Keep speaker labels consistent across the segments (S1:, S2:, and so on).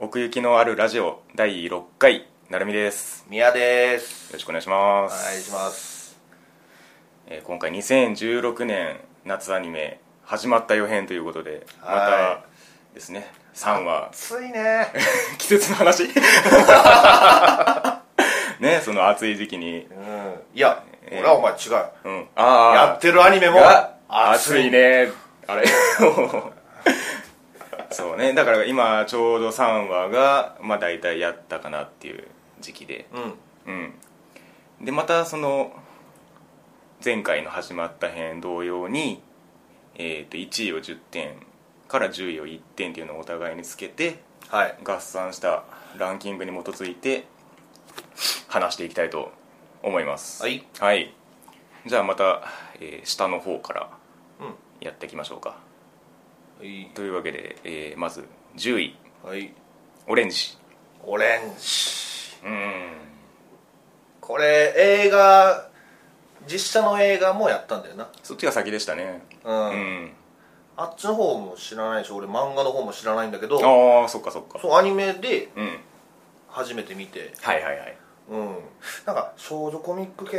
S1: 奥行きのあるラジオ第6回なるみです
S2: 宮です
S1: よろしくお願いしま
S2: お
S1: す
S2: 願いします
S1: えー今回2016年夏アニメ始まった予編ということでまた
S2: は
S1: ですね3話
S2: ついね
S1: 季節の話 ねその暑い時期に
S2: うんいや
S1: えー
S2: 俺はお前違う
S1: うんああ
S2: やってるアニメも
S1: が
S2: 熱
S1: 暑いねあれ そうねだから今ちょうど3話がまあ大体やったかなっていう時期で
S2: うん
S1: うんでまたその前回の始まった編同様に、えー、と1位を10点から10位を1点っていうのをお互いにつけて
S2: はい
S1: 合算したランキングに基づいて話していきたいと思います
S2: はい
S1: はいじゃあまた、えー下の方から
S2: うん
S1: やっていきましょうか
S2: はい
S1: というわけで、えーまず10位
S2: はい
S1: オレンジ
S2: オレンジ
S1: うん
S2: これ映画実写の映画もやったんだよな
S1: そっちが先でしたね
S2: うん、
S1: うん
S2: あっちの方も知らないし俺漫画の方も知らないんだけど
S1: ああそっかそっか
S2: そうアニメで
S1: うん
S2: 初めて見て
S1: はいはいはい
S2: うんなんか少女コミック系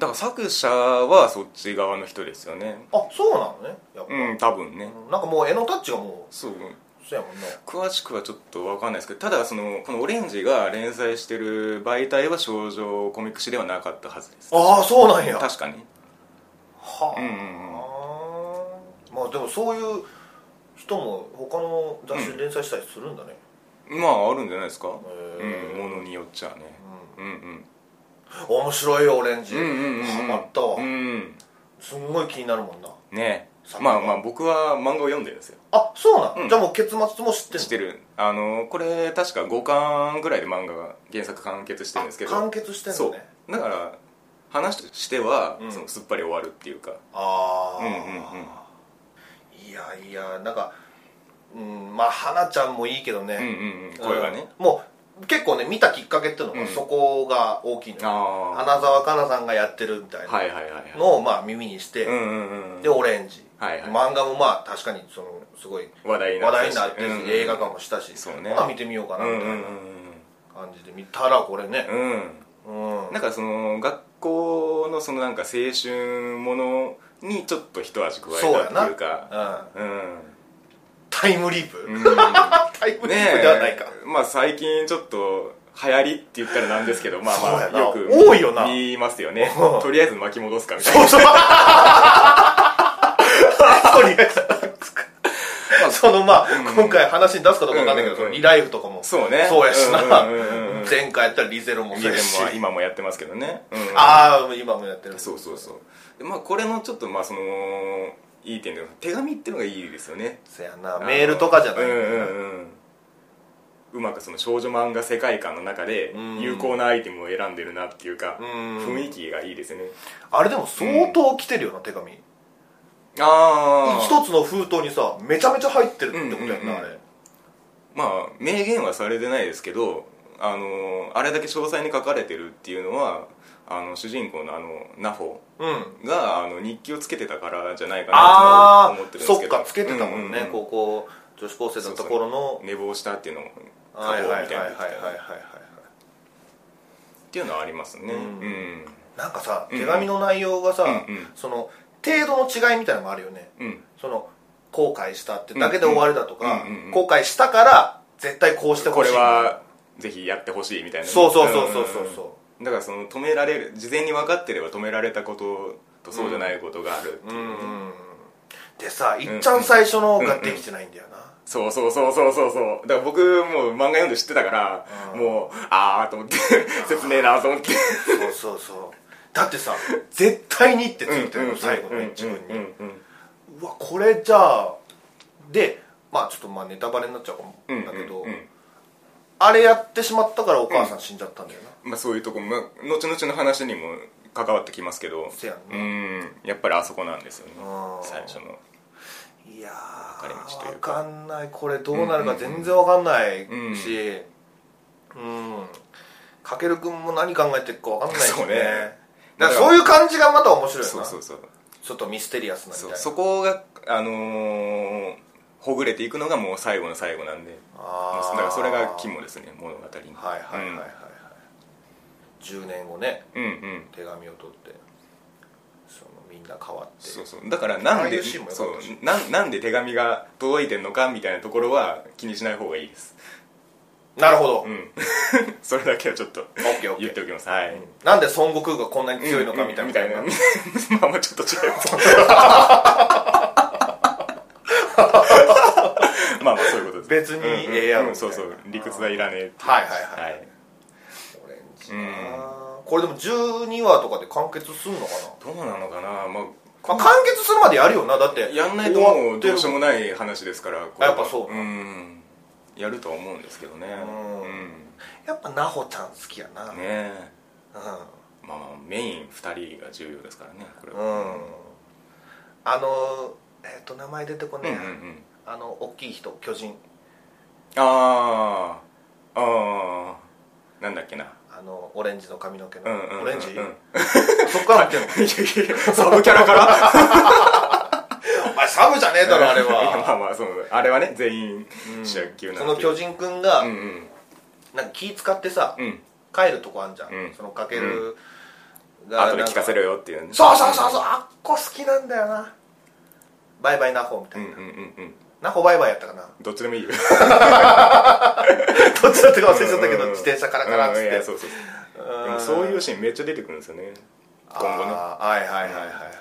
S1: だから作者はそっち側の人ですよね
S2: あそうなのねやっぱ、
S1: うん多分ね
S2: なんかもう絵のタッチがもう
S1: そう
S2: そうやもんな
S1: 詳しくはちょっと分かんないですけどただそのこのオレンジが連載してる媒体は少女コミック誌ではなかったはずです
S2: ああそうなんや
S1: 確かに
S2: はあ、
S1: うんうん
S2: まあでもそういう人も他の雑誌で連載したりするんだね、
S1: うんまああるんじゃないですかう
S2: へ
S1: んものによっちゃねうんうん
S2: 面白いよオレンジ、
S1: うんうんうん
S2: ハマったわ、
S1: うん
S2: すんごい気になるもんな
S1: ね
S2: 作
S1: ま
S2: 画
S1: あまあ僕は漫画を読んでるんですよ
S2: あそうなん、
S1: うん
S2: じゃあもう結末も知ってんの
S1: してるあのこれ確か5巻ぐらいで漫画が原作完結してるんですけど
S2: 完結してん
S1: そ
S2: の
S1: う
S2: ね
S1: だから話としては、
S2: うん
S1: そのすっぱり終わるっていうか
S2: ああ、
S1: うんうんうん
S2: いやいやなんかうんまあ花ちゃんもいいけど
S1: うん
S2: ね、
S1: うんうん声がね、
S2: うんもう結構ね見たきっかけっていうの
S1: う
S2: が
S1: ん
S2: そこが大きいのよ、
S1: ああ
S2: 花澤香菜さんがやってるみたい
S1: はい
S2: な
S1: はいはいはい
S2: のをまあ耳にして、
S1: うんうんうん
S2: でオレンジ、
S1: はいはい
S2: 漫画もまあ確かにそのすごい
S1: 話題にな
S2: 話
S1: って
S2: 題になってるし、映画化もしたし
S1: そうね
S2: まあ見てみようか
S1: う
S2: なん
S1: うん
S2: みたい
S1: うん
S2: な感じで見たらこれね、
S1: うんうん
S2: うん
S1: なんかその学校のそのなんか青春ものにちょっと一味加え
S2: そうや
S1: た
S2: な、
S1: って
S2: う、
S1: いうんかうん
S2: タイムリープ、
S1: うん
S2: タイムリ
S1: ね
S2: ープ
S1: え
S2: では ないか、
S1: まあ最近ちょっと流行りって言ったらなんですけどまあ
S2: そう
S1: ま
S2: や
S1: あ
S2: な
S1: よく
S2: 多いよな
S1: 言いますよ ね
S2: うん
S1: とりあえず巻き戻すかみたいな
S2: そうそうとりあえずそのまあ、今回話に出すかどうかわかんないけど、
S1: うん
S2: そのリライフとかも
S1: そうね
S2: そうやしな、
S1: うんうんうんうん
S2: 前回やったらリゼロも
S1: 以
S2: そう
S1: 前
S2: やし
S1: も今もやってますけどね、うん
S2: ああ今もやってる
S1: そうそうそうでまあこれのちょっとまあそのいい点で手紙っていうのがいいですよね
S2: そやなメールとかじゃない
S1: うんうんうんうまくその少女漫画世界観の中で
S2: うん
S1: 有効なアイテムを選んでるなっていうか
S2: うん
S1: 雰囲気がいいですよね
S2: あれでも相当来てるよな、手紙
S1: あ
S2: 一つの封筒にさめちゃめちゃ入ってるってことやんな、
S1: うんうんうん
S2: あれ
S1: まあ明言はされてないですけどあのあれだけ詳細に書かれてるっていうのはあの主人公のあのナフォ
S2: うん
S1: があの日記をつけてたからじゃないかな
S2: あ
S1: と思ってるんで
S2: あ
S1: す
S2: そっ
S1: けど
S2: かつけてたもんね、
S1: ううう
S2: 高校女子高生だった頃の
S1: 寝坊したっていうのを書こう
S2: はいはいは
S1: み
S2: いはい
S1: たい
S2: はい
S1: な
S2: はいはい
S1: っていうのはありますねう
S2: うん
S1: ん
S2: なんかさ
S1: うん
S2: 手紙の内容がさ、
S1: うんうん
S2: その程度の違いみたいなのもあるよね
S1: うん
S2: その後悔したってだけで終わりだとか、
S1: うんうんうんうん
S2: 後悔したから絶対こうして
S1: こ
S2: ほし
S1: れ
S2: い
S1: はぜひやってほしいみたいなね
S2: そうそうそうそうそうそう
S1: うんだからその止められる事前に分かってれば止められたこととそうじゃないことがあるっていううね
S2: んでさいっちゃん最初のができてないんだよな、
S1: そうそうそうそうそうそうだから僕もう漫画読んで知ってたから
S2: うん
S1: もうああと思って切ねえなと思って
S2: そうそうそうだってさ絶対にってついてるの最後の一文
S1: うんう
S2: に
S1: んうん
S2: うわこれじゃあでまあちょっとまあネタバレになっちゃうかも
S1: うん
S2: だけど、
S1: うんうん
S2: あれやってしまったからお母さん死んじゃったんだよな、
S1: まあそういうとこも後々の話にも関わってきますけど
S2: せやん
S1: う
S2: な、
S1: んやっぱりあそこなんですよね
S2: うん
S1: 最初の
S2: いや
S1: 分かれ道
S2: ー
S1: とい
S2: 分
S1: うか
S2: かんないこれどうなるか全然分かんない
S1: うん
S2: しうん、かけるくんも何考えてるか分かんないし
S1: そう
S2: ね
S1: ね
S2: だからそういう感じがまた面白いよな
S1: そうそうそう
S2: ちょっとミステリアスなみたい
S1: そう
S2: な
S1: そこがあのーほぐれていくのがもう最後の最後なんでもう
S2: あ
S1: だ
S2: あ
S1: からそれが肝ですね物語に
S2: はいはいはいはいはい、10年後ね
S1: うん、うんうん
S2: 手紙を取ってそのみんな変わって
S1: そうそうだからなん
S2: ああい
S1: で
S2: うシーンも良
S1: そ
S2: か
S1: う
S2: ったし
S1: なんなんで手紙が届いてんのかみたいなところは気にしない方がいいです
S2: なるほど、
S1: う
S2: オ
S1: んそれだけはちょっと
S2: ッケーオッケ
S1: 言っ
S2: ー
S1: ておきますはい、
S2: なんで孫悟空がこんなに強いのかみたいな,、
S1: うんうんみたいな まあまあちょっと違 うまあまあそういうことです
S2: 別にええや
S1: う
S2: ろみたいな
S1: んそうそう理屈はいらねえって
S2: はいはいはい
S1: はい
S2: オレンジな、これでも12話とかで完結すんのか
S1: どうなのかなま
S2: な、まあ、完結するまでやるよなだって
S1: あやんないともう
S2: 終
S1: ど
S2: わ
S1: う
S2: っ
S1: してよ
S2: る
S1: うもない話ですからこれは
S2: やっぱそうん
S1: やるとは思うんですけどね
S2: うん
S1: うん
S2: やっぱ奈穂ちゃん好きや
S1: ね
S2: な、
S1: え
S2: う
S1: まあまあメイン2人が重要ですからねこれ
S2: ん、うん
S1: は、
S2: あのえっ、と名前出てこ
S1: うん
S2: ね
S1: う
S2: え
S1: んう
S2: な、
S1: ん
S2: あの大きい人巨人
S1: ああああなんだっけな
S2: あのオレンジの髪の毛の、
S1: うんうんうんうん
S2: オレンジ、そっから見てん の
S1: いやいやいやサブキャラ から
S2: お前サブじゃねえだろあれ
S1: いや まあ
S2: は、
S1: まあそのあれはね全員
S2: うん
S1: 主役級なんで
S2: その巨人くんが、
S1: うんうん
S2: なんか気使ってさ、
S1: うん
S2: 帰るとこあんじゃん、
S1: うん
S2: そのかけるが
S1: 後で聞かせ
S2: る
S1: ろよっていうね
S2: そうそうそうそうあっこ好きなんだよなバイバイナホみた
S1: う
S2: い
S1: ん
S2: な、
S1: うんうんうん
S2: ナホバイバイやったかな
S1: どっちでもいいよ
S2: どっちだったか忘れちゃったけど
S1: うんうん
S2: 自転車からからっつっ
S1: うんい
S2: て
S1: やそうそうそうでもそういうシーンめっちゃ出てくるんですよね今後ね
S2: あーはいはいはいはい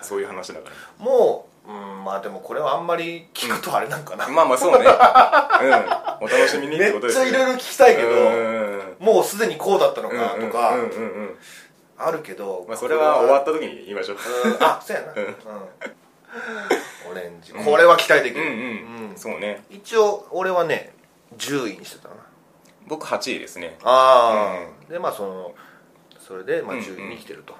S1: そういう話だから
S2: もう、うん、まあでもこれはあんまり聞くとあれなんかな、
S1: まあまあそうねうんお楽しみにっ
S2: め
S1: て
S2: っ
S1: ことで
S2: ち
S1: す
S2: ゃ
S1: ね
S2: いろいろ聞きたいけど、
S1: うん
S2: もうすでにこうだったのか
S1: うんうん
S2: とか
S1: うんうんうん
S2: あるけど、
S1: まあそれは終わ
S2: っ
S1: った時に言いましょう
S2: うんあそうやな、うんオレンジこれは期待でき
S1: う
S2: る、
S1: んうんそうね
S2: 一応俺はね10位にしてたな
S1: 僕8位ですね
S2: ああ、でまあそのそれで、まあ、10位に来てると、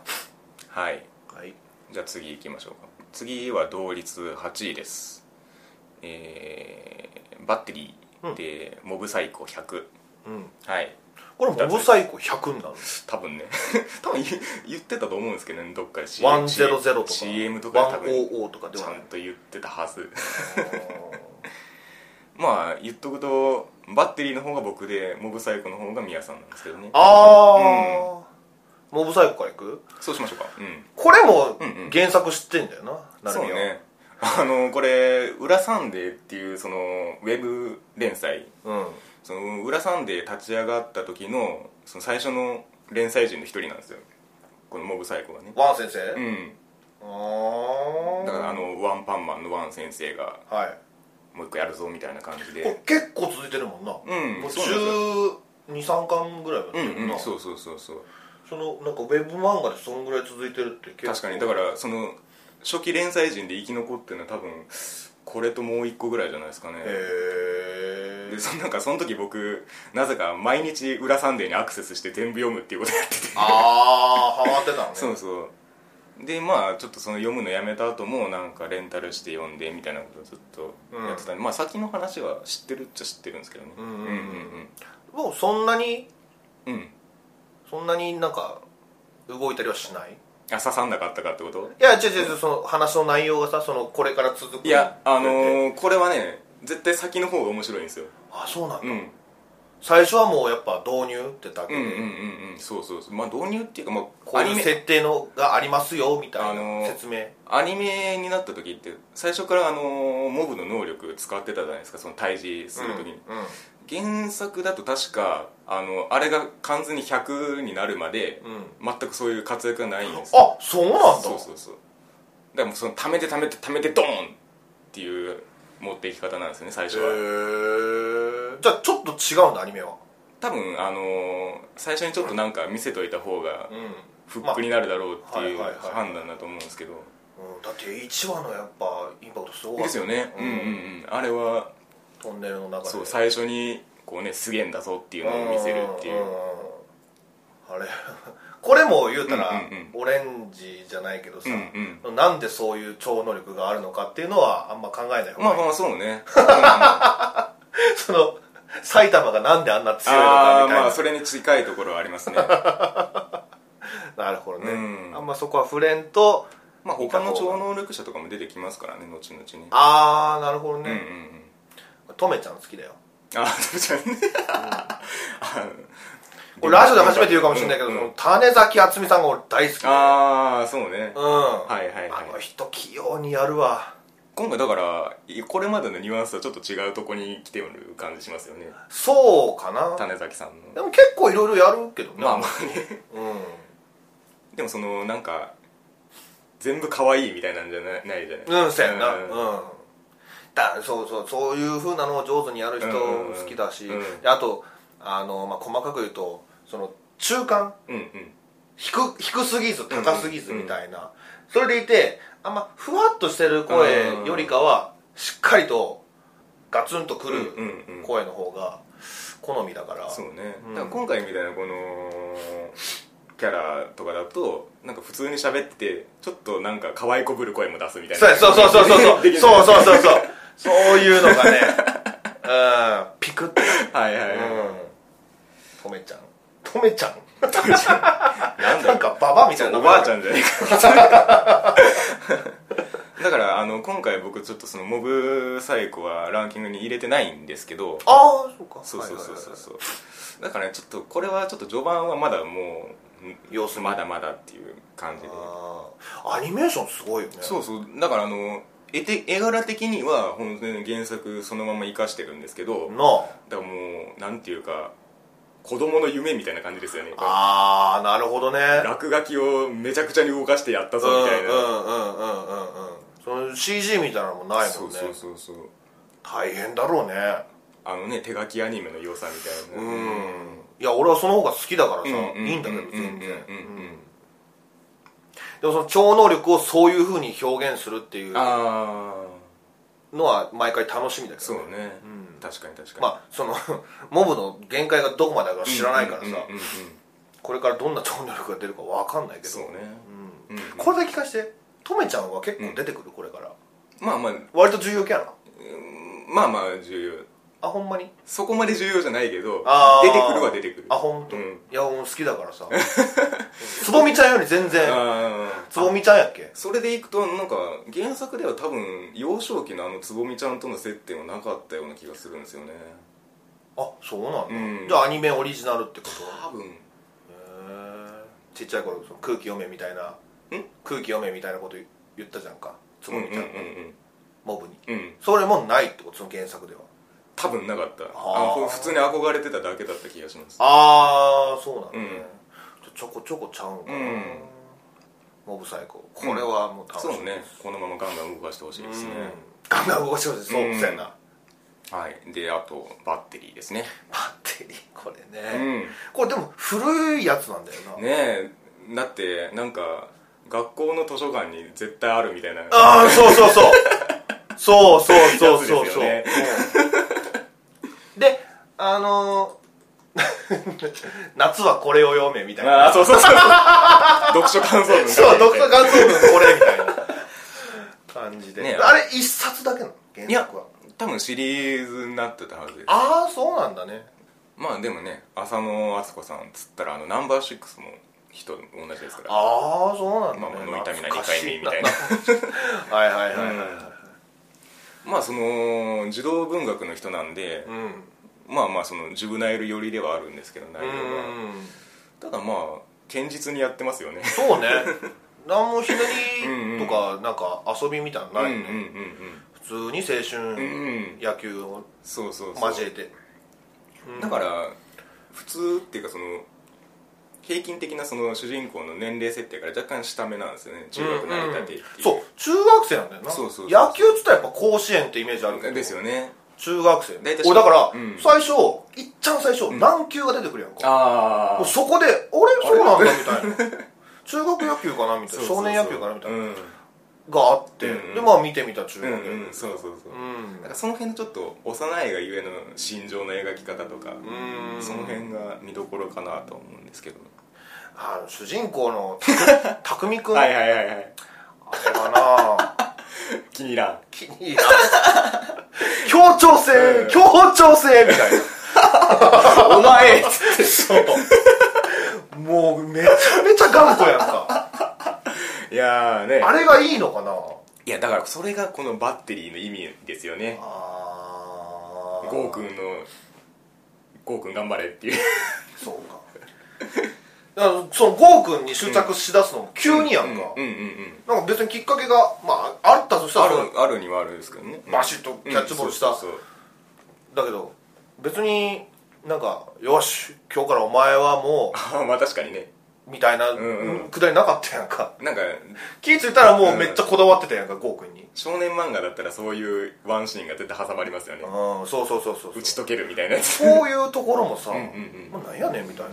S1: はい
S2: はい
S1: じゃあ次行きましょうか次は同率8位ですえー、バッテリーでモブサイコ100、
S2: うん、
S1: はい
S2: これモブサイコ100になる
S1: 多分ね 多分言言ってたと思うんですけどねどっかで C-
S2: 100とか
S1: CM とかで多分
S2: 100とかで
S1: ち
S2: は
S1: ゃ
S2: ない
S1: んと言ってたはず
S2: あ
S1: まあ言っとくとバッテリーの方が僕でモブサイコの方が宮さんなんですけどね
S2: あ、モブサイコからいく
S1: そうしましょうかうん
S2: これも
S1: うんうん
S2: 原作知ってんだよな、なる
S1: そう
S2: みは
S1: ねあのこれ「裏サンデー」っていうそのウェブ連載
S2: うん
S1: その裏サンデー立ち上がった時のその最初の連載人の一人なんですよこのモブサイコがね
S2: ワン先生、
S1: うん
S2: ああ
S1: だからあのワンパンマンのワン先生が
S2: はい
S1: もう一個やるぞみたいな感じ
S2: これ
S1: で
S2: 結構続いてるもんな、
S1: うん
S2: もう
S1: そうなんです
S2: 123巻ぐらいまで
S1: う
S2: やって
S1: ん
S2: るな、
S1: うんそうそうそうそう
S2: そのなんかウェブ漫画でそんぐらい続いてるって結構
S1: 確かにだからその初期連載人で生き残ってるのは多分これともう一個ぐらいじゃないですかね
S2: へえ
S1: でそなんかその時僕なぜか毎日「裏サンデー」にアクセスして全部読むっていうことやってて
S2: ああハマってたのね
S1: そうそうでまあちょっとその読むのやめた後もなんかレンタルして読んでみたいなことをずっとやってたんで、まあ先の話は知ってるっちゃ知ってるんですけどね
S2: うんうん
S1: う
S2: うんん
S1: うん
S2: もうそんなに
S1: うんうん
S2: そんなになんか動いたりはしない
S1: あ刺さんなかったかってこと
S2: いや違う違う違うその話の内容がさそのこれから続く
S1: いやあの
S2: ー、
S1: ーこれはね絶対先の方が面白いんですよ
S2: あそうなんだ、
S1: うん
S2: 最初はもうやっぱ導入ってだけ
S1: う
S2: で、
S1: んうんうんうんそうそうそうまあ導入っていうかまあ
S2: こ
S1: ア
S2: う
S1: ニ
S2: いう
S1: メ
S2: 設定のがありますよみた
S1: あ
S2: い
S1: のー
S2: な説明、
S1: アニメになった時って最初からあのーモブの能力使ってたじゃないですかその退治する時に、
S2: うんうん
S1: 原作だと確かあのあれが完全に100になるまで、全くそういう活躍がないんです
S2: あそうなんだ
S1: そうそうそうだからもうその溜めて溜めて溜めてドーンっていう持っていき方なんですよね最初は、
S2: へえじゃあちょっと違うんだアニメは
S1: 多分あのー最初にちょっとなんか見せといた方が
S2: うん、
S1: フックになるだろうっていう
S2: まあはいはいはい
S1: 判断だと思うんですけど
S2: うん、だって1話のやっぱインパクトすごかった
S1: ですよねうんうんうんあれは
S2: トンネルの中で
S1: そう最初にこうねすげえんだぞっていうのを見せるってい
S2: んん
S1: うん
S2: あれ これも言うたら、
S1: うんうん
S2: オレンジじゃないけどさ、
S1: うん
S2: なんでそういう超能力があるのかっていうのはあんま考えない方
S1: ま
S2: がい
S1: あ
S2: い、
S1: まあそうね
S2: その埼玉がなんであんな強いの
S1: あ
S2: か
S1: あ
S2: みたい
S1: ま
S2: な、
S1: あそれに近いところはあり ますね
S2: なるほどね、
S1: うん
S2: あんまそこは触れんと
S1: まあ他の超能力者とかも出てきますからね後々ね
S2: ああなるほど
S1: うんうんう
S2: ね、
S1: ん
S2: とめちゃん好きだよ
S1: あそうじゃんねあ
S2: これラジオで初めて言うかもしれないけど、
S1: うんうん
S2: その種崎敦美さんが俺大好き
S1: ああそうね、
S2: うん、
S1: はいはいはい
S2: あの人器用にやるわ
S1: 今回だからこれまでのニュアンスとはちょっと違うとこに来てる感じしますよね
S2: そうかな
S1: 種崎さんの
S2: でも結構いろいろやるけどね
S1: まあ まあね
S2: う
S1: でもそのなんか全部可愛いみたいなんじゃないないじゃない
S2: んうんそうやな
S1: う
S2: うんんだそうそうそういうふうなのを上手にやる人好きだし、
S1: うんうんうんうん
S2: であとあの、まあ、細かく言うとその中間
S1: うんうん
S2: 低低すぎず高すぎずみたいな、それでいてあんまふわっとしてる声よりかはしっかりとガツンとく
S1: うん
S2: る
S1: うんうん
S2: 声の方が好みだから、
S1: そうね、
S2: うん
S1: だから今回みたいなこのキャラとかだとなんか普通に喋っててちょっとなんか可愛いこぶる声も出すみたいな
S2: そうやそうそうそうそうそう
S1: できる
S2: そうそうそうそうそういうのがねうんピクッて
S1: はいはいは
S2: うんとめちゃんとめちゃん
S1: い、なんだ
S2: なんかババアみたいな
S1: おばあちゃ
S2: ん
S1: んじゃないか だからあの今回僕ちょっとそのモブサイコはランキングに入れてないんですけど
S2: ああそうか
S1: そうそうそうそう
S2: はいはいはい
S1: そうだからねちょっとこれはちょっと序盤はまだもう
S2: 様子見
S1: まだまだっていう感じで
S2: あーアニメーションすごいよね
S1: そうそうだからあの絵て絵柄的には本当に原作そのまま生かしてるんですけど
S2: なあ
S1: だからもうなんていうか子供の夢みたいな感じですよね
S2: あーなるほどね
S1: 落書きをめちゃくちゃに動かしてやったぞみたいな、
S2: うんうんうんうんうんうんその CG みたいなのもない
S1: そ
S2: もん
S1: う
S2: ね
S1: そうそうそう
S2: 大変だろうね
S1: あのね手書きアニメの良さみたいな
S2: いや俺はその方が好きだからさ、
S1: うんうん
S2: いいんだけど全然、
S1: うんうんうんうん
S2: うんでもその超能力をそういうふうに表現するっていう
S1: ああ
S2: のは毎回楽しみだけ
S1: そ
S2: ど
S1: うね、
S2: ねうん
S1: 確かに確かに
S2: まあその モブの限界がどこまであるか知らないからさ、
S1: うんうんうんうん
S2: これからどんな超能力が出るかわかんないけど
S1: そうね、う
S2: う
S1: んうん
S2: ん、これだけ聞かしてとめちゃんは結構出てくるこれから
S1: まあまあ
S2: 割と重要キャラ
S1: まあまあ重要
S2: あほんまに
S1: そこまで重要じゃないけど
S2: あー
S1: 出てくるは出てくる
S2: あほんと、
S1: うん
S2: いやもう好きだか らさつぼみちゃんより全然
S1: あ
S2: つ
S1: ー
S2: ぼみちゃんやっけ
S1: それでいくとなんか原作では多分幼少期のあのつぼみちゃんとの接点はなかったような気がするんですよね
S2: あそうなんだ、
S1: うん
S2: じゃあアニメオリジナルってこと
S1: 多分
S2: へえちっちゃい頃その空気読めみたいなん空気読めみたいなこと言ったじゃんかつぼみちゃんが、
S1: うんうん
S2: モブに
S1: うんうん
S2: それもないってことその原作では
S1: 多分なかった
S2: あー
S1: あ普通に憧れてただけだった気がします
S2: ああそうなんだね、
S1: うん
S2: ちょこちょこちゃうんかな、
S1: うん
S2: モブ最高これはもう楽しみ、
S1: そうねこのままガンガン動かしてほしいですね、
S2: うんガンガン動かしてほしいそう
S1: うん
S2: そうやな
S1: はいであとバッテリーですね
S2: バッテリーこれ
S1: う
S2: ね、
S1: ん
S2: これでも古いやつなんだよ
S1: ね
S2: な、
S1: えだってなんか学校の図書館に絶対あるみたいな
S2: ああそうそう そうそうそうそうそう
S1: やつです
S2: そ
S1: よ
S2: う
S1: ね
S2: うんであのー 夏はこれを読めみたい
S1: あ
S2: な
S1: あそうそう そう読書感想文
S2: そう読書感想文これみたいな感じで、
S1: ね
S2: あれ一冊だけなの原
S1: いや
S2: 作は
S1: 多分シリーズになってたはずです
S2: ああそうなんだね
S1: まあでもね浅野敦子さんつったらあのナンバー6も人同じですから
S2: ああそうなん
S1: ま
S2: だ
S1: あ
S2: ね
S1: 物痛みな2
S2: 懐か
S1: 回
S2: し
S1: 目みたいな
S2: はいはいはいはいはい
S1: まあその児童文学の人なんで
S2: うんうん
S1: まあまあそのジュブナイル寄りではあるんですけど内容がただまあ堅実にやってますよね
S2: そうね何もひねりとかなんか遊びみたいなの
S1: うんう
S2: なんい、
S1: うん
S2: ね普通に青
S1: うん
S2: 春
S1: うん
S2: 野球を
S1: そうそうそう
S2: 交えて
S1: だから普通っていうかその平均的なその主人公の年齢設定から若干下目なんですよね中学成り立てっていう、
S2: そう中学生なんだよな
S1: そうそうそう
S2: 野球っつったらやっぱ甲子園ってイメージあるけど
S1: ですよね
S2: 中学生
S1: 大体
S2: 俺だから、
S1: うん
S2: 最初いっちゃん最初、
S1: ん
S2: 軟球が出てくるやんか
S1: あ
S2: もうそこで「あれそうなんだ」みたいな中学野球かなみたいな少年野球かなみたいな、
S1: うん
S2: があって、
S1: うんうん
S2: でまあ見てみた中
S1: う
S2: 学
S1: ん
S2: 野球、
S1: うんそうそうそう、
S2: うん
S1: なんかその辺のちょっと幼いがゆえの心情の描き方とか、
S2: うん
S1: その辺が見どころかなと思うんですけど、
S2: あの主人公のたくみく ん
S1: は
S2: あ
S1: い
S2: れ
S1: はいはいはい
S2: はな
S1: 気に入らん
S2: 気に入らん協調性、
S1: うん
S2: 協調性みたいな
S1: お前
S2: そうもうめちゃめちゃ頑固やんか
S1: いやーね
S2: あれがいいのかない
S1: やだからそれがこのバッテリーの意味ですよね
S2: あ
S1: ゴーくんのゴーくん頑張れっていう
S2: そうか だからそのゴーくんに執着しだすのも急にやんか、
S1: うんうんうん
S2: なんか別にきっかけが、まあ、あったとした
S1: あ
S2: らそれ
S1: るあるにはあるんですけどね
S2: バシッとキャッチボールした
S1: うんそうそうそう
S2: だけど別になんか「よし今日からお前はも
S1: あ まあ確かにね
S2: う」みたいな、
S1: んうん
S2: くだりなかったやんか
S1: なんか
S2: 気ぃついたらもうめっちゃこだわってたやんかゴーくんに
S1: 少年漫画だったらそういうワンシーンが絶対挟まりますよね
S2: うんそうそうそうそう
S1: 打ち解けるみたいなやつ
S2: こういうところもさ、
S1: うん
S2: まあ、なんやねんみたいな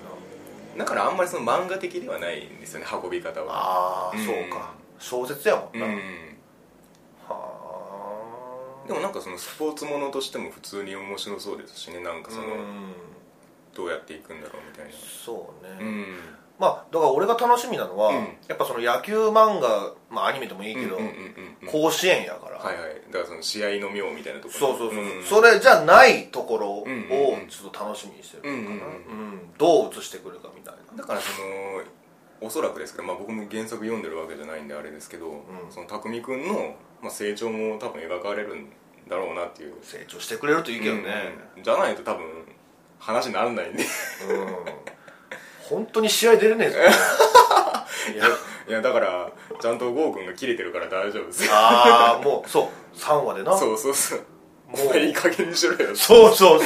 S1: だからあんまりその漫画的ではないんですよね運び方は
S2: ああ、
S1: うん
S2: そうか小説やもん
S1: うん
S2: な、
S1: う
S2: は
S1: ん
S2: あ
S1: でもなんかそのスポーツものとしても普通に面白そうですしねなんかその
S2: うん
S1: どうやっていくんだろうみたいな
S2: そうね、
S1: うん
S2: まあだから俺が楽しみなのは、
S1: うん
S2: やっぱその野球漫画まあアニメでもいいけど、
S1: うんうんうんうん
S2: 甲子園やから、
S1: はいはいだからその試合の妙みたいなとこ
S2: そ
S1: ろ
S2: うそうそう、
S1: んん
S2: それじゃないところを
S1: うんうんうん
S2: ちょっと楽しみにしてるか
S1: う
S2: な、
S1: んうん
S2: うんどう映してくるかみたいな
S1: だからそのおそらくですけど、まあ、僕も原作読んでるわけじゃないんであれですけど、その匠君の、まあ、成長も多分描かれるんだろうなっていう
S2: 成長してくれるといいけどね、
S1: うんじゃないと多分話にならないんで
S2: うん本当に試合出れ ねえぞいや
S1: いやだからちゃんと郷君が切れてるから大丈夫ですよ
S2: ああもうそう3話でな
S1: そうそうそう
S2: もう
S1: もういい加減にしろよ
S2: そうそうそう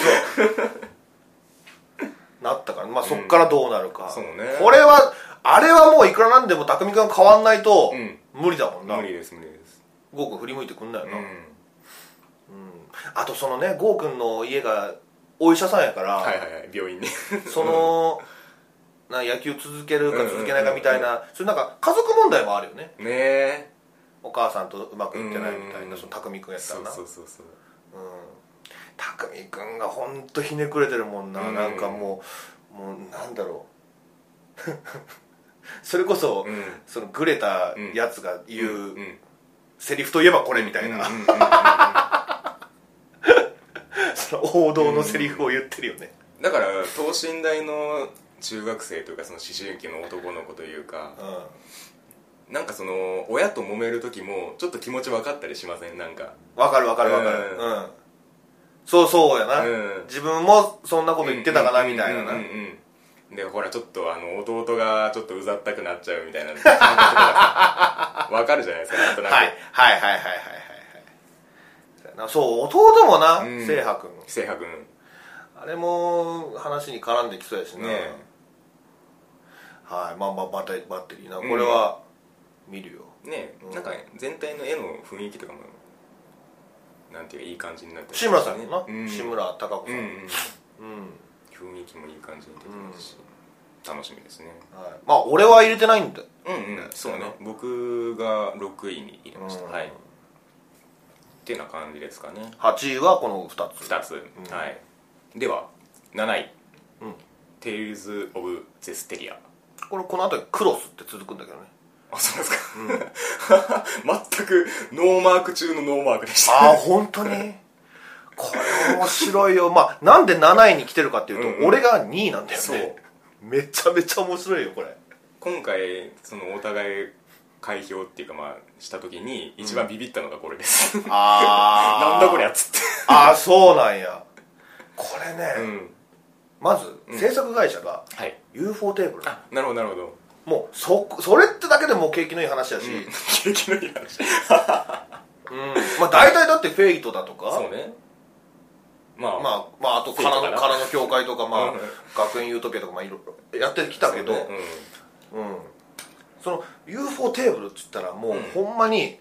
S2: なったから、まあ、そっからどうなるか、
S1: そうね
S2: これはあれはもういくらなんでも匠君が変わんないと
S1: うん
S2: 無理だもんな、
S1: 無理です無理です
S2: ゴーくん振り向いてくんないよ
S1: う
S2: な、
S1: ん
S2: あとそのねゴーくんの家がお医者さんやから、
S1: はいはいはい病院 に
S2: その、な野球続けるか続けないかみたいな、それなんか家族問題もあるよね
S1: ねえ
S2: お母さんとうまくいってないみたい
S1: うん
S2: なその匠君やった
S1: そ
S2: ら
S1: う
S2: な
S1: そうそうそう
S2: うん匠君がほんとひねくれてるもんな、
S1: うん
S2: なんかもうもうなんだろう それこそ、
S1: うん
S2: そのグレたやつが言
S1: う
S2: う、
S1: んうん
S2: セリフといえばこれみたいな、
S1: うんうんうんだ
S2: その王道のセリフを言ってるよね、
S1: から等身大の中学生というかその思春期の男の子というか
S2: うん
S1: なんかその親と揉める時もちょっと気持ち分かったりしませんなんか
S2: わかるわかるわかる
S1: う
S2: うんん、そうそうやな、
S1: うん
S2: 自分もそんなこと言ってたかなみたいなな、
S1: うんうんうんうんでほらちょっとあの弟がちょっとうざったくなっちゃうみたいな わかるじゃないですかなんとなく、
S2: はい、はいはいはいはいはいはいそうやなそう弟もな
S1: うん
S2: 聖波君
S1: 聖波君
S2: あれも話に絡んできそうやしな、
S1: ねえ
S2: はいまあまあバッテバッテリーなこれは見るよ、
S1: ねえ、
S2: うん
S1: なんか全体の絵の雰囲気とかもなんていうかいい感じになって
S2: 志村さんやな、
S1: うん、
S2: 志村貴子
S1: う
S2: さ
S1: ん
S2: ん、
S1: う
S2: うん
S1: ん雰囲気もいい感じに出てますし、楽しみですね
S2: はい、まあ俺は入れてないんだ
S1: うんうんそうね僕が6位に入れました、
S2: うん
S1: はいっていうような感じですかね
S2: 8位はこの2つ
S1: 2つ、はいでは7位
S2: うん
S1: 「テイルズ・オブ・ゼステリア
S2: これこの後にクロスって続くんだけどね」
S1: あそうですか、 全くノーマーク中のノーマークでした
S2: ああ本当に これ面白いよまあなんで7位に来てるかっていうと、
S1: うんうん
S2: 俺が2位なんだよね
S1: そう
S2: めちゃめちゃ面白いよこれ
S1: 今回そのお互い開票っていうかまあした時に一番ビビったのがこれです、な
S2: あ
S1: んだこりゃっつっ
S2: ああそうなんやこれね、
S1: てうん
S2: まず制作会社が
S1: はい
S2: UFO テーブル、
S1: あなるほどなるほど
S2: もうそそれってだけでもう景気のいい話やし、うん
S1: 景気のいい話
S2: まあ大体だってフェイトだとか
S1: そうねまあ
S2: まあまあ、あと
S1: フェイト
S2: 空
S1: かな
S2: の空の教会とか、まあ
S1: うん
S2: 学園ユートピアとか、まあ、いろいろやってきたけど
S1: そうね
S2: うん、その UFO テーブルっつったらもう、
S1: うん
S2: ほんまに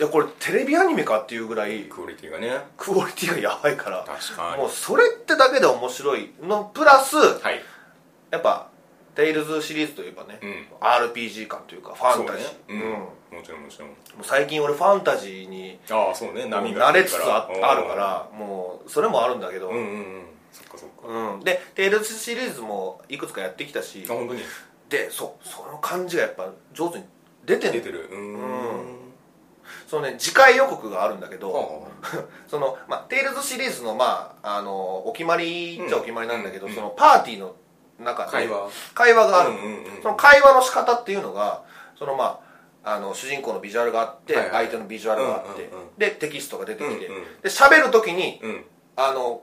S2: いやこれテレビアニメかっていうぐらい
S1: うん、クオリティがね
S2: クオリティがやばいから
S1: 確かに
S2: もうそれってだけで面白いのプラス
S1: はい
S2: やっぱ「テイルズ」シリーズといえばね、
S1: うん
S2: RPG 感というかファンタジー
S1: そうね
S2: うん
S1: も
S2: も
S1: ちろんもちろん
S2: う最近俺ファンタジーに
S1: ああそうね波が
S2: 慣れつつあ
S1: 来る
S2: あるからもうそれもあるんだけど、
S1: うんうんうんそっかそっか
S2: うんで「テイルズ」シリーズもいくつかやってきたし
S1: あ本当に
S2: でそうその感じがやっぱ上手に出て
S1: 出
S2: る
S1: てるうーん
S2: うんそのね次回予告があるんだけど、
S1: は
S2: その、まあ、テイルズシリーズの、まあ、あの、お決まりっちゃお決まりなんだけど、
S1: うん
S2: そのパーティーの中
S1: あ
S2: で、
S1: 会話
S2: 会話がある、
S1: うんうんうん
S2: その会話の仕方っていうのが、そのまあ、あの、主人公のビジュアルがあって、
S1: はいはい
S2: 相手のビジュアルがあって、
S1: うんうんうん
S2: で、テキストが出てきて、
S1: うんうん
S2: で、喋るときに、
S1: うん
S2: あの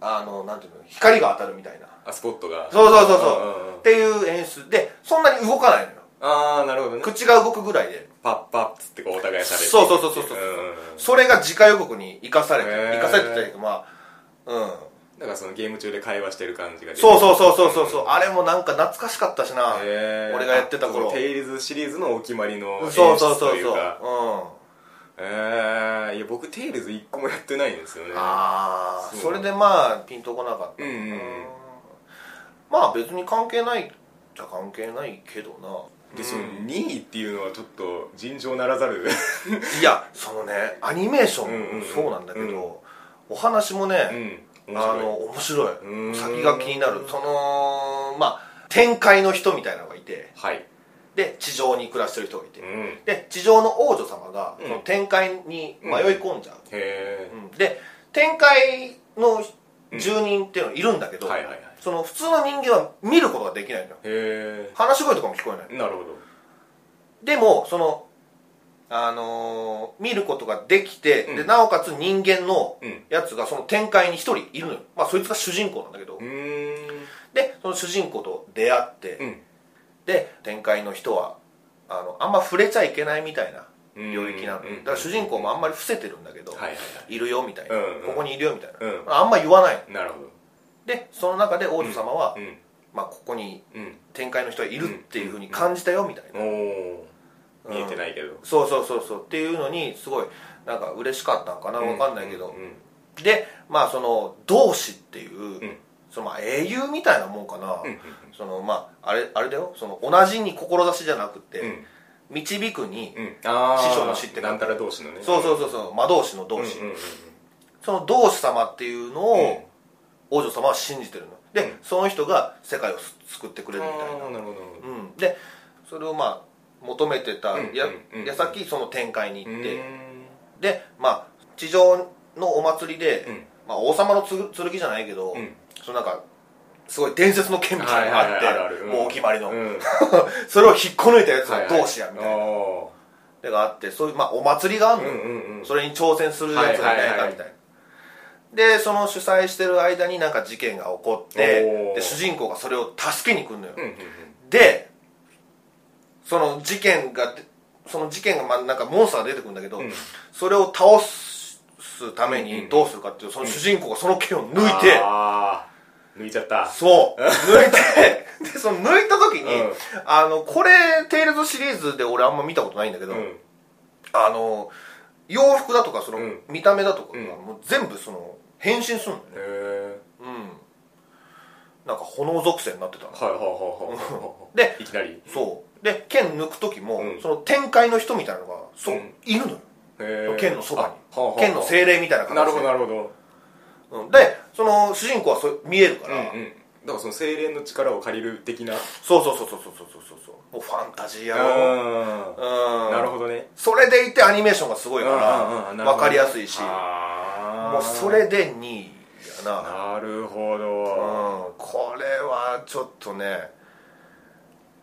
S2: あのなんていうの光が当たるみたいな
S1: あスポットが
S2: そうそうそうそ
S1: んん
S2: うっ
S1: ん
S2: ていう演出でそんなに動かないのよ
S1: ああなるほどね
S2: 口が動くぐらいで
S1: パッパッつってこうお互い喋って
S2: そうそうそうそうそう
S1: ん
S2: ん
S1: ん
S2: それが次回予告に生かされて
S1: へー
S2: 生かされてたりとかまあうん
S1: だからそのゲーム中で会話してる感じが出て
S2: そうそうそうそうそうそうあれもなんか懐かしかったしな
S1: へー
S2: 俺がやってた
S1: あそ
S2: 頃
S1: のテイルズシリーズのお決まりの演出とい
S2: そ
S1: か
S2: ううそうそうそううん
S1: えー、いや僕テイルズ一個もやってないんですよね
S2: ああ
S1: そう
S2: それでまあピンとこなかった
S1: うんうんうん
S2: まあ別に関係ないじゃ関係ないけどな
S1: でその2位っていうのはちょっと尋常ならざ る
S2: いやそのねアニメーショ
S1: うんうん
S2: ン
S1: う
S2: も
S1: ん
S2: そうなんだけど、
S1: うん
S2: お話も
S1: う
S2: ね、
S1: ん面
S2: あ
S1: 白い
S2: の面白い
S1: うん
S2: 先が気になるそのまあ天界の人みたいなのがいて
S1: はい
S2: で地上に暮らしてる人がいて、
S1: うんへ
S2: で地上の王女様が、
S1: うん
S2: その天界に迷い込んじゃう、
S1: え
S2: うんで天界の住人っていうのいるんだけど、
S1: はいはいはいへ
S2: その普通の人間は見ることができないのよ
S1: え
S2: 話し声とかも聞こえない
S1: なるほど
S2: でもそのあのー見ることができて、
S1: うん
S2: でなおかつ人間の
S1: うん
S2: やつがその天界に一人いるのよまあそいつが主人公なんだけど、
S1: うーん
S2: でその主人公と出会って、
S1: うん
S2: で天界の人はあのあんま触れちゃいけないみたいな
S1: うん
S2: 領域なの、
S1: うん
S2: だから主人公もあんまり伏せてるんだけど、
S1: はいはいはい
S2: るよみたいな、
S1: うんうん
S2: ここにいるよみたいな、
S1: うん
S2: あんま言わない
S1: いなるほど
S2: でその中で王女様は、
S1: うん
S2: まあ、ここに
S1: うん
S2: 天界の人はいるっていうふうに感じたよみたいな、
S1: おお
S2: うん
S1: 見えてないけど
S2: そうそうそうそうっていうのにすごいなんか嬉しかったんかなわかんないけど、
S1: うんうん
S2: でまあその同志っていう、
S1: ん
S2: そのまあ英雄みたいなもんかな、
S1: うん
S2: そのまああれあれだよその同じに志じゃなくて、
S1: うん
S2: 導くに、
S1: うんあー
S2: 師匠の師って
S1: なんたら同士のね
S2: そうそうそうそう魔導士の同志、
S1: うんうんうん
S2: その同志様っていうの
S1: うん
S2: を、王女様は信じてるので、
S1: うん
S2: その人が世界をす救ってくれるみたい
S1: あ
S2: な
S1: ーなるほどなるほど
S2: うん、でそれをまあ求めてたや,、
S1: うんうんうん
S2: 矢先その展開に
S1: う
S2: 行って、
S1: ん
S2: でまあ地上のお祭りで、
S1: うん
S2: まあ、王様のつ剣じゃないけど、
S1: うん
S2: そのなんかすごい伝説の剣みたいなのがあって、
S1: はいはいはいあるあるうん
S2: もうお決まりの、
S1: うん
S2: それを引っこ抜いたやつが同志やみたいな、
S1: はは
S2: でがあってそういう、まあ、お祭りがあ
S1: あ
S2: る
S1: ー
S2: の
S1: う
S2: よ、
S1: んうんうん
S2: それに挑戦するやつがいないかみたいな、
S1: はいはいは
S2: でその主催してる間になんか事件が起こって
S1: おー
S2: で主人公がそれを助けに来るのよ、
S1: うんうん
S2: でその事件がでその事件がまあなんかモンスターが出てくるんだけど、
S1: うん
S2: それを倒すため
S1: うんう
S2: に
S1: ん
S2: どうするかっていうその主人公がその剣を
S1: うん
S2: 抜いて、
S1: あー抜いちゃった
S2: そ う抜いてでその抜いた時に、
S1: うん
S2: あのこれ「テイルズ」シリーズで俺あんま見たことないんだけど、
S1: うん
S2: あの洋服だとかその
S1: うん
S2: 見た目だとかが
S1: うん
S2: もう全部その変身するんだ
S1: へ
S2: よね
S1: え
S2: うんなんか炎属性になってたの
S1: はいはいはいはいはい
S2: で
S1: いきなりへ
S2: そうで剣抜く時も、
S1: うん
S2: その展開の人みたいなのがそ
S1: う
S2: う、
S1: ん
S2: いるのよ
S1: え
S2: 剣のそばに剣
S1: 剣
S2: の精霊みたいな形で
S1: なるほどなるほど
S2: うん、でその主人公はそう見えるか
S1: うんう
S2: ら、
S1: んだからその精霊の力を借りる的な
S2: そうそうそうそうそうそうそうそうもうファンタジーやろ
S1: う
S2: うん
S1: んなるほどね
S2: それでいてアニメーションがすごいか
S1: うんうんうんな
S2: ら
S1: るほど
S2: 分かりやすいし
S1: あー
S2: もうそれで2位やな
S1: なるほど
S2: うんこれはちょっとね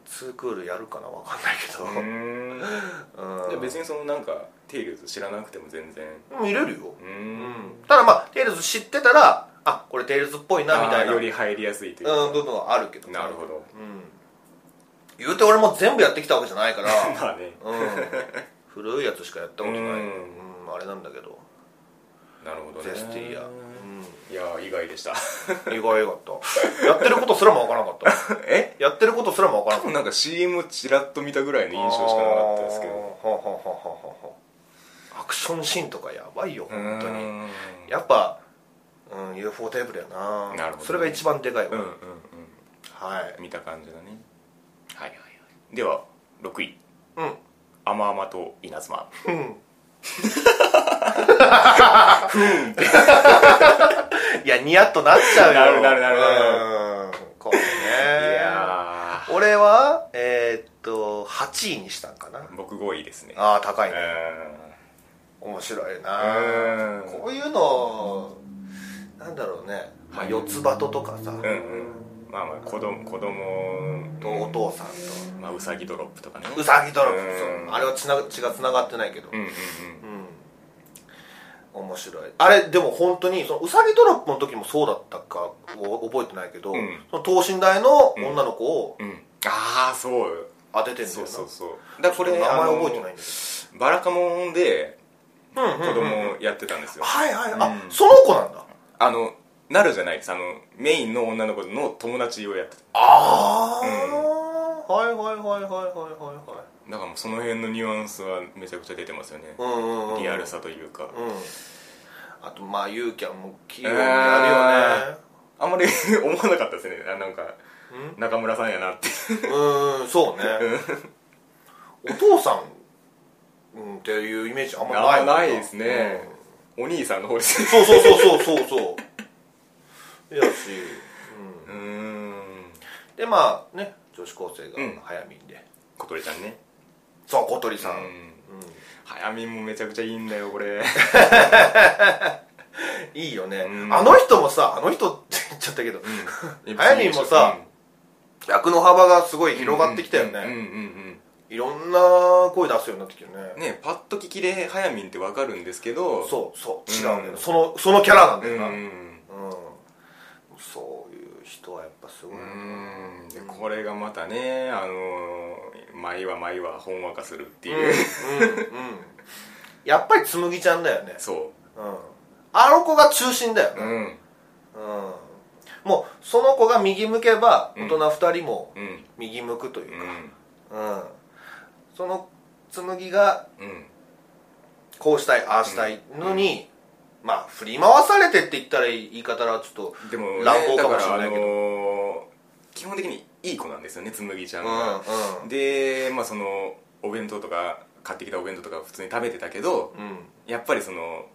S2: ツークールやるかな分かんないうけ
S1: ーん
S2: ど、うん
S1: いや別にそのなんかテイルズ知らなくても全然
S2: 見れるよ、
S1: う
S2: うんん、ただまあテイルズ知ってたらあこれテイルズっぽいなみたい
S1: あー
S2: な
S1: より入りやすいという
S2: うん、部分はあるけど
S1: なるほど
S2: うん、言うて俺も全部やってきたわけじゃないから、
S1: まあね
S2: うん、古いやつしかやったことない、う
S1: うんん
S2: あれなんだけど
S1: なるほどね
S2: ゼスティーヤ、
S1: いやー意外でした
S2: うん、意外だったやってることすらもわからなかった
S1: え
S2: やってることすらもわからなかっ
S1: なんか CM をちらっと見たぐらいの
S2: た
S1: 印象しかなかったですけ
S2: あー
S1: ど
S2: ほうほうほうほうほうほうアクションシーンとかやばいよ本当
S1: う
S2: に
S1: ーん
S2: やっぱ、うん、UFO テーブルやな
S1: なるほど
S2: それが一番でかいわ、
S1: うんうん
S2: はい
S1: うん見た感じだねはいはいはいでは6位
S2: うん
S1: 「あまあまと稲妻
S2: いや、ニヤッとなっちゃうよ。
S1: なるなるなるな
S2: うーん。これね。」
S1: いや
S2: 俺は、えーっと、8位にしたんかな。
S1: ー僕5位ですね
S2: ああ、高いうね。
S1: ーん
S2: 面白い
S1: うん
S2: なこういうの、なんだろうね。まあ、四つ葉ととかさ、
S1: うんうんまあまあ子供子供
S2: とお父さん
S1: まあうさぎドロップとかね
S2: と、うさぎドロップ
S1: うん
S2: そうあれは血な血がつながってないけど。
S1: うんうんうん
S2: うん。面白いあれでも本当にそのうさぎドロップの時もそうだったかお覚えてないけど、
S1: うん
S2: その等身大の女の子を
S1: うんああそう
S2: 当ててんだよ
S1: そ
S2: な、
S1: うそうそうだからこれ
S2: 名前覚
S1: あ
S2: えてない
S1: の
S2: んだ
S1: バラカモンで
S2: けど、うん
S1: 子
S2: うんうん
S1: 供やってたんですよ、
S2: はいはい、あ
S1: うん
S2: その子なんだ
S1: あのなるじゃないですあのメインの女の子の友達をやってた
S2: ああ、
S1: うん
S2: はいはいはいはいはい
S1: だからもうその辺のニュアンスはめちゃくちゃ出てますよね、
S2: はいはいうんうんうん
S1: リアルさというか、
S2: うんあとまあユーキャンも器用にやるよね
S1: あんまり 思わなかったですねあなんか
S2: うん
S1: 中村さんやなって
S2: うーんそうねお父さんうんっていうイメージあんまないもん
S1: あんまないですねお兄さんの方です
S2: うんそうそうそうそうそうそうやし、
S1: うーん
S2: うん、でまあね女子高生
S1: うん
S2: が早見で、
S1: 小鳥ちゃんね
S2: そう小鳥さん、
S1: う
S2: うん
S1: ん早見もめちゃくちゃいいんだよこ れ
S2: いいよね、
S1: うん
S2: あの人もさあの人って言っちゃったけど、
S1: 早
S2: 早見もさ 役の幅がすごい広がってきたよね、
S1: うんうんうん
S2: いろんな声出すようになってきてるね
S1: うんねパッと聞きで早見ってわかるんですけど
S2: そうそう違うんだよ、
S1: うん
S2: そのそのキャラなんだ
S1: う
S2: よな、
S1: ん
S2: うん、そういう人はやっぱすごいうな、
S1: んでこれがまたねあのー毎話毎話ほんわかするって
S2: うん
S1: いう、
S2: うんうんやっぱり紬ちゃんだよね、
S1: そ
S2: うん、あの子が中心だよ
S1: うう
S2: ね、
S1: ん
S2: うんもうその子が右向けば
S1: うん
S2: 大人2人も
S1: うん
S2: 右向くといううか、
S1: ん
S2: うんその紬が
S1: うん
S2: こうしたいああしたいのに、まあ振り回されてって言ったら言い方はちょっと
S1: でも、ね、
S2: 乱暴かもしれないけ
S1: だから、あ
S2: ど
S1: のー基本的にいい子なんですよね紬ちゃんが、
S2: うんうん
S1: で、まあ、そのお弁当とか買ってきたお弁当とか普通に食べてたけど
S2: うん
S1: やっぱりその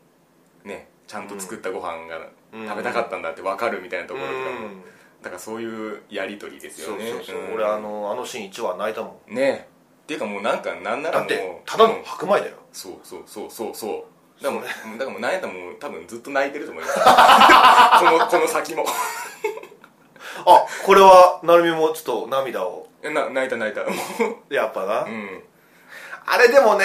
S1: ねちゃんと作ったご飯が
S2: うん
S1: 食べたかったんだって分かるみたいなところとかも、
S2: うん
S1: だからそういうやり取りです
S2: そ
S1: よ
S2: う
S1: ね
S2: そうそう、
S1: ん
S2: 俺あのあのシーン1話泣いたもん
S1: ねっていうかもうなんかなんなら
S2: だ
S1: も
S2: っ
S1: う
S2: てただ
S1: う
S2: の
S1: ん
S2: 白米だよ
S1: そうそうそうそうそうだからもうだからもうなんやったらもう多分ずっと泣いてると思 いますこのこの先も
S2: あこれは成美もちょっと涙を
S1: な泣いた泣いた も
S2: やっぱな、
S1: ううん
S2: あれでもね、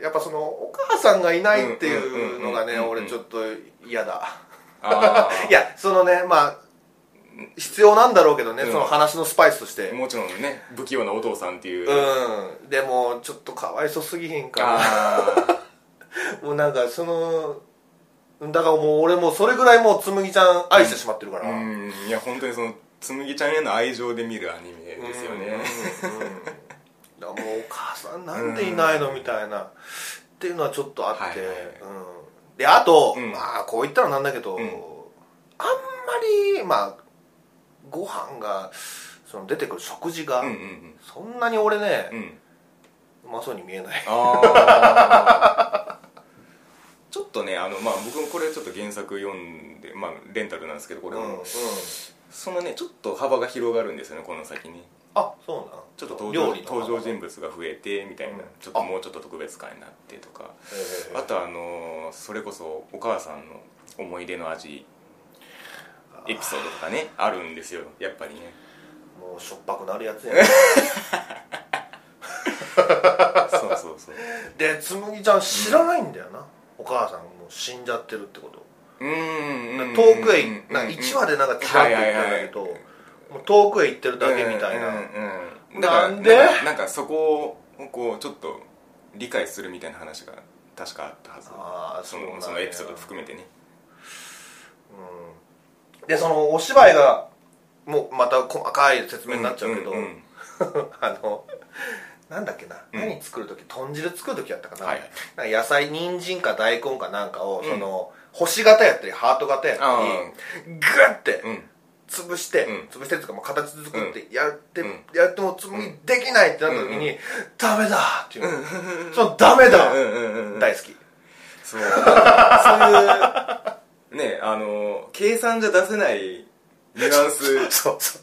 S1: う
S2: やっぱそのお母さんがいないっていうのがね
S1: うんうんうんうんうん
S2: 俺ちょっと嫌だ
S1: あ
S2: いやそのねまあ必要なんだろうけどね、
S1: うん
S2: その話のスパイスとして
S1: もちろんね不器用なお父さんっていう、
S2: うんでもちょっとかわいそすぎへんか
S1: あ
S2: なもうなんかそのだからもう俺もうそれぐらいもう紬ちゃん愛してしまってるか
S1: あ
S2: ら、
S1: うんいや本当にその紬ちゃんへの愛情で見るアニメですよね、
S2: うんうんうんだからもうお母さんなんでいないのみたいなっていうのはちょっとあって、
S1: はいはいはい
S2: うん、であと、
S1: うん
S2: まあこう言ったらなんだけど、
S1: うん
S2: あんまりまあご飯がその出てくる食事が、
S1: うん、うんうん
S2: そんなに俺ね、
S1: うん
S2: うまそうに見えない
S1: あ あちょっとねあのまあ僕もこれちょっと原作読んでまあレンタルなんですけどこれも、
S2: うんうん
S1: そのねちょっと幅が広がるんですよねこの先に
S2: あそうなん
S1: ちょっと登場
S2: の
S1: 登場人物が増えてみたいな、
S2: うん
S1: ちょっともうちょっと特別感になってとか
S2: えー
S1: あとあのーそれこそお母さんの思い出の味エピソードとかねあるんですよやっぱりね
S2: もうしょっぱくなるやつやね
S1: そうそうそ う
S2: で紬ちゃん知らないんだよな、お母さんもう死んじゃってるってこと
S1: うーん
S2: 遠くへ行なんか1話
S1: で
S2: でなんかちらっと言ったんだけど、もう遠くへ行ってるだけみたいな、
S1: うんうん
S2: だか
S1: な
S2: ら
S1: ん
S2: で
S1: かなんかそこをこうちょっと理解するみたいな話が確かあったはず
S2: あー
S1: そ
S2: そうなん
S1: の
S2: や
S1: そのエピソード含めてね
S2: でそのお芝居がもうまた細かい説明になっちゃうけど、
S1: んん
S2: あのなんだっけな、
S1: うん
S2: 何作る時豚汁作る時やったかな,、
S1: はいはい
S2: なんか野菜人参か大根かなんかを、その星型やったりハート型やったりグッて
S1: うん
S2: 潰して、
S1: うん
S2: 潰してっていうかもう形作ってやって、
S1: うん
S2: やっても紬できないってなった時に、ダメだっていう、そのダメだ、
S1: うんうんうんうん
S2: 大好き
S1: そうそういうねあの計算じゃ出せないニュアンス
S2: そうそうそ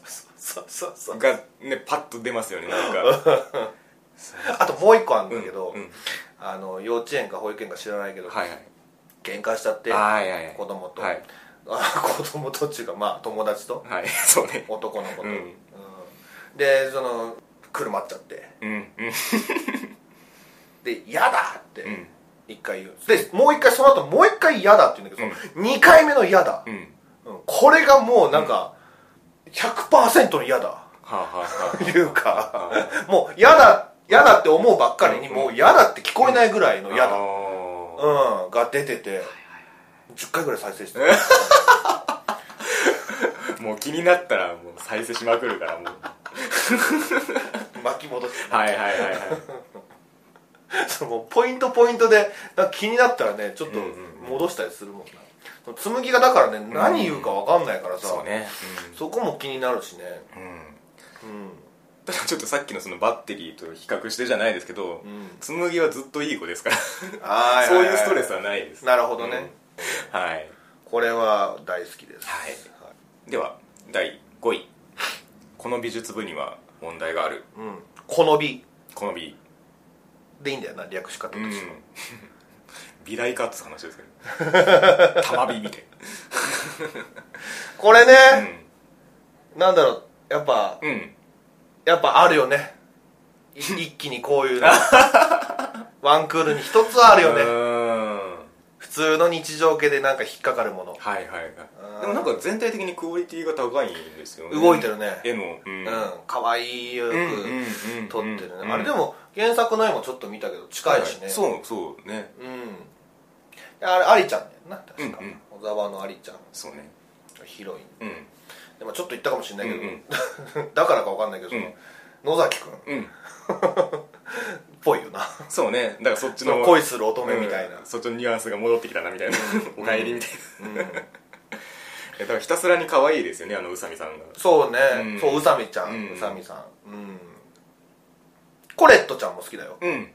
S2: うそうそう
S1: がねパッと出ますよねなんか
S2: あともう一個あるんだけど、
S1: うんうん
S2: あの幼稚園か保育園か知らないけど、
S1: はいはい
S2: 喧嘩しちゃって
S1: はいはいはい
S2: 子供と、
S1: はい
S2: あ子供とっていうかまあ友達と
S1: はい そうね
S2: 男の子と、
S1: うん
S2: うんでその車っちゃって
S1: うんうん
S2: で「嫌だ!」って
S1: うん
S2: 一回言うんですでもう一回その後もう一回嫌だって言うんだけど、その二回目の嫌だ、
S1: うん
S2: うんこれがもうなんか100%の嫌だ
S1: はあはあは
S2: というかもう嫌だ嫌だって思うばっかりにもう嫌だって聞こえないぐらいの
S1: あ
S2: 嫌だ、
S1: だ
S2: うん、が出てて、10回ぐらい再生してる
S1: もう気になったらもう再生しまくるからもう
S2: 巻き戻して、
S1: はいはいはいはい
S2: そのポイントポイントでなんか気になったらねちょっと
S1: うんうんうん
S2: 戻したりするもんな、その紬がだからね何言うかわかんないからさ、
S1: そうね
S2: そこも気になるしね
S1: うん、うん
S2: う
S1: ただちょっとさっきのそのバッテリーと比較してじゃないですけど、
S2: ん、 うん、
S1: 紬はずっといい子ですから
S2: あー
S1: そういうストレスはないです
S2: なるほどね、
S1: はい
S2: これは大好きです
S1: はいでは第5位この美術部には問題がある
S2: うん、好み
S1: この美
S2: でいいんだよな略し方と
S1: うん
S2: しては、
S1: 美大かっつう話ですけ ど玉美みたい
S2: これね、
S1: な
S2: なんだろうやっぱ
S1: うん、うん、
S2: やっぱあるよね い一気にこういうのワンクールに一つはあ
S1: あ
S2: るよね
S1: うん
S2: 普通の日常系でなんか引っかかるもの
S1: はいはいはい
S2: うん
S1: でもなんか全体的にクオリティが高いんですよね
S2: 動いてるね
S1: 絵のう
S2: うんん可愛いよく
S1: うんうんうん
S2: 撮ってる
S1: う
S2: ね
S1: ん
S2: あれでも原作の絵もちょっと見たけど近いし
S1: は
S2: ねう
S1: そうそうね
S2: うんあれアリちゃんだよな確か
S1: うんうん
S2: 小沢のアリちゃん
S1: そうね
S2: ヒロイン
S1: うん
S2: でもちょっと言ったかもしれないけど、
S1: うん
S2: だからかわかんないけどその、
S1: うん
S2: 野崎君っ
S1: うん
S2: ぽいよな
S1: そうねだからそっち
S2: その
S1: の
S2: 恋する乙女みたいな
S1: うん、そっちのニュアンスが戻ってきたなみたいなおかえりみたいないや
S2: うん
S1: だからひたすらに可愛いですよねあの宇佐美さんが
S2: そうね、
S1: うん
S2: そう宇佐美ちゃん、
S1: うん
S2: 宇佐美さんうんコレットちゃんも好きだよ
S1: うん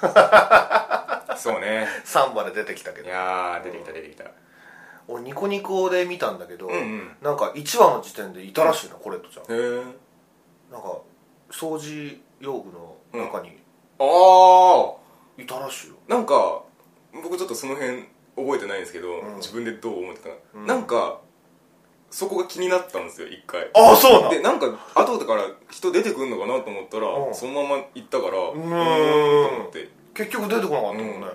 S1: そうね
S2: サンバで出てきたけ
S1: い
S2: ど
S1: やー出てきた出てきたへ
S2: 俺ニコニコで見たんだけど、
S1: んうん
S2: なんか1話の時点でいたらしいな、コレットちゃん
S1: え
S2: なんか掃除用具の中に
S1: あ
S2: いたらしいよ、
S1: あんか僕ちょっとその辺覚えてないんですけど、
S2: ん
S1: 自分でどう思ってたか、
S2: ん
S1: なんかそこが気になったんですよ一回
S2: ああそうなん
S1: でなんか後だから人出てくんのかなと思ったら、
S2: うん
S1: そのまま行ったからう
S2: ーん
S1: ーんと思って
S2: 結局出てこなかったもんね、
S1: うん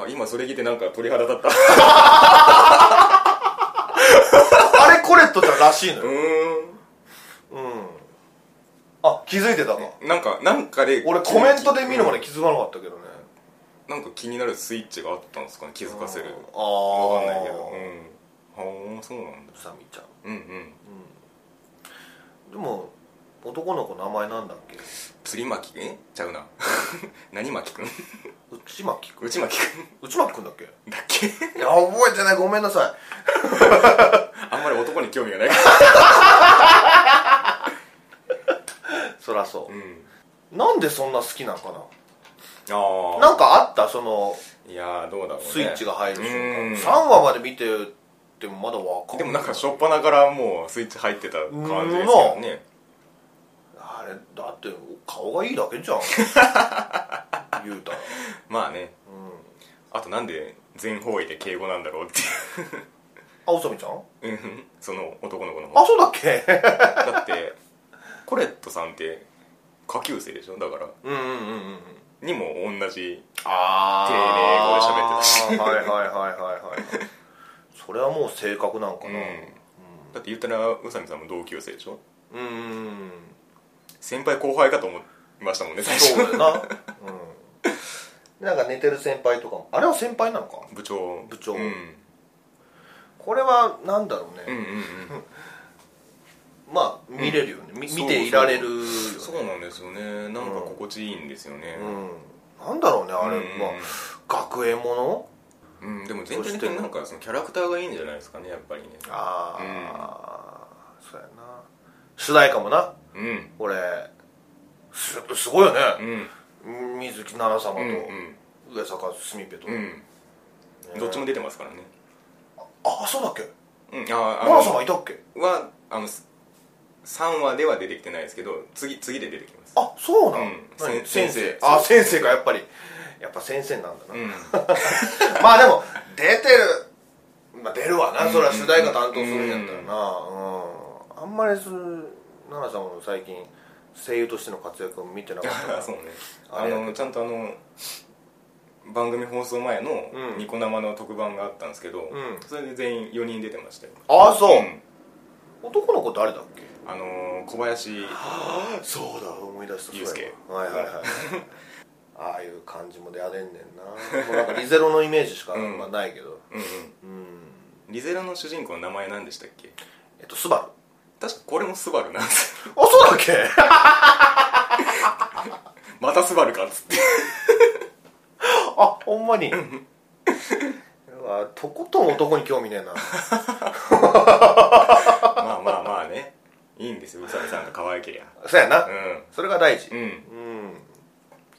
S1: あ今それ聞いてなんか鳥肌立った
S2: あれコレットちゃんらしいの
S1: う
S2: よ
S1: ー
S2: うんあ気づいてたか
S1: んなんかなんかで
S2: 俺コメントで見るまで気づかなかったけどね
S1: なんか気になるスイッチがあったんですかね気づかせる
S2: ああ
S1: わ
S2: わ
S1: かんないけどうんはあそうなんだ
S2: 宇佐美ちゃん
S1: うんうん
S2: でも男の子名前なんだっけ
S1: 釣り巻きえちゃうな 何巻くん
S2: 内巻くん
S1: 内巻く
S2: 内巻くんだっけ
S1: んだっけ
S2: いや覚えてないごめんなさい
S1: あんまり男に興味がないか
S2: そらそ
S1: らうん
S2: うなんでそんな好きなのかな
S1: あ
S2: なんかあったその
S1: あいやーどうだろうね
S2: スイッチが入る瞬
S1: うん
S2: 間3話まで見ててもまだわかん
S1: でもなんか
S2: あ
S1: 初っ端からもうスイッチ入ってた感じですよね
S2: れだって顔がいいだけじゃ ん言うたら
S1: まあねあとなんで全方位で敬語なんだろうって
S2: あ宇佐美ちゃん
S1: いううんその男の子の方
S2: あそうだっけ
S1: だってコレットさんって下級生でしょだから
S2: うんうんうんうん
S1: にも同じ
S2: ああ
S1: 丁寧
S2: 語で喋ってたしはいはいはいはいはいそれはもう性格なんかな
S1: だって言ったら宇佐美さんも同級生でしょ
S2: うんうん
S1: 先輩後輩かと思いましたもんね最
S2: そう
S1: 初
S2: だよなうんなんか寝てる先輩とかもあれは先輩なのか
S1: 部長
S2: 部長
S1: うん、うん
S2: これはなんだろう
S1: うん
S2: ね、まあ見れるよね、み見ていられるよね
S1: うんそうなんですよねなんか心地いいんですよね
S2: うんなんだろうねあれは、学園もの
S1: うん、うんでも全体的になんかそのキャラクターがいいんじゃないですかねやっぱりね
S2: ああ、そうやな主題歌もな
S1: うん
S2: 俺すすごいよね、
S1: うん
S2: 水木奈々
S1: う
S2: 様
S1: ん
S2: と上坂すみぺと、
S1: うん、うん、どっちも出てますからね
S2: あそうだっけ
S1: うんああ
S2: 奈々様いたっけ
S1: はあの3話では出てきてないですけど次次で出てきます
S2: あそうなの、
S1: うん
S2: 何
S1: 先
S2: 先
S1: 生
S2: 生あ先生かやっぱりやっぱ先生なんだな、
S1: うん
S2: まあでも出てるまあ出るわな、それは主題歌担当するんやったらなうん、あんまりす奈々様の最近 声優としての活躍を見てなかったか
S1: あ
S2: ら
S1: そうね
S2: あ
S1: あ
S2: れ
S1: のちゃんとあの番組放送前の
S2: うん
S1: ニコ生の特番があったんですけど、
S2: ん
S1: それで全員4人出てましたよ
S2: ああそう、
S1: ん
S2: 男の子誰だっけ
S1: あのー小林
S2: ああそうだ思い出した
S1: ユースケ
S2: そうやわはいはいはい ああいう感じも出やれんねんなもうなんかリゼロのイメージしかあんまないけど
S1: うんうん
S2: うん、
S1: リゼラの主人公の名前何でしたっけ
S2: えっとスバルあ
S1: 確かこれもスバルなんです よ
S2: そうだっけ
S1: またスバルかっつって
S2: あほんま にうわとことん男に興味ねえな
S1: まあまあまあねいいんですよ宇佐美さんが可愛けりゃ
S2: そうやな、
S1: う
S2: それが大事
S1: んうん
S2: うん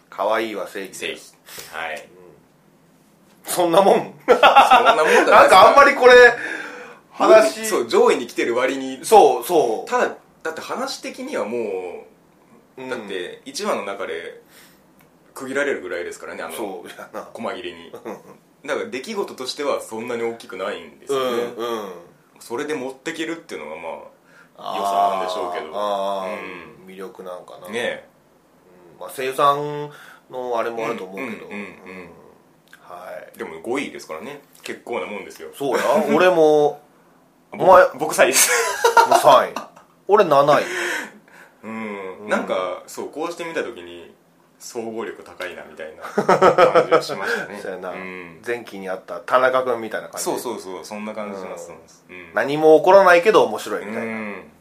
S2: 可愛いは正義
S1: 正
S2: で
S1: 義
S2: す
S1: はい
S2: そんな もん
S1: そんなもんじゃないです
S2: なんかあんまりこれ話
S1: そう上位に来てる割に
S2: そうそ
S1: ただだって話的にはも
S2: う、う
S1: う、
S2: ん
S1: だって1話の中で区切られるぐらいですからねあの
S2: そうやな
S1: 細切れにだから出来事としてはそんなに大きくないんです
S2: う
S1: よね、
S2: んうん
S1: それで持ってけるっていうのがま
S2: あー
S1: 良さなんでしょうけど
S2: あー、
S1: う
S2: 魅力なんかな、
S1: あね
S2: まあ、声優さんのあれもあると思うけど、
S1: うんうんうんうん
S2: はい
S1: えでも5位ですからね結構なもんですよ
S2: そうや俺も
S1: お
S2: 前
S1: 僕さ位です
S2: もう3位俺7位
S1: うん、
S2: うん
S1: なんかそうこうして見た時に総合力高いなみたいな 感じがしましたね
S2: そうやな、
S1: ん、
S2: 前期にあった田中君みたいな感じ
S1: そうそうそうそんな感じします、うん、
S2: 何も起こらないけど面白いみたいな、
S1: うん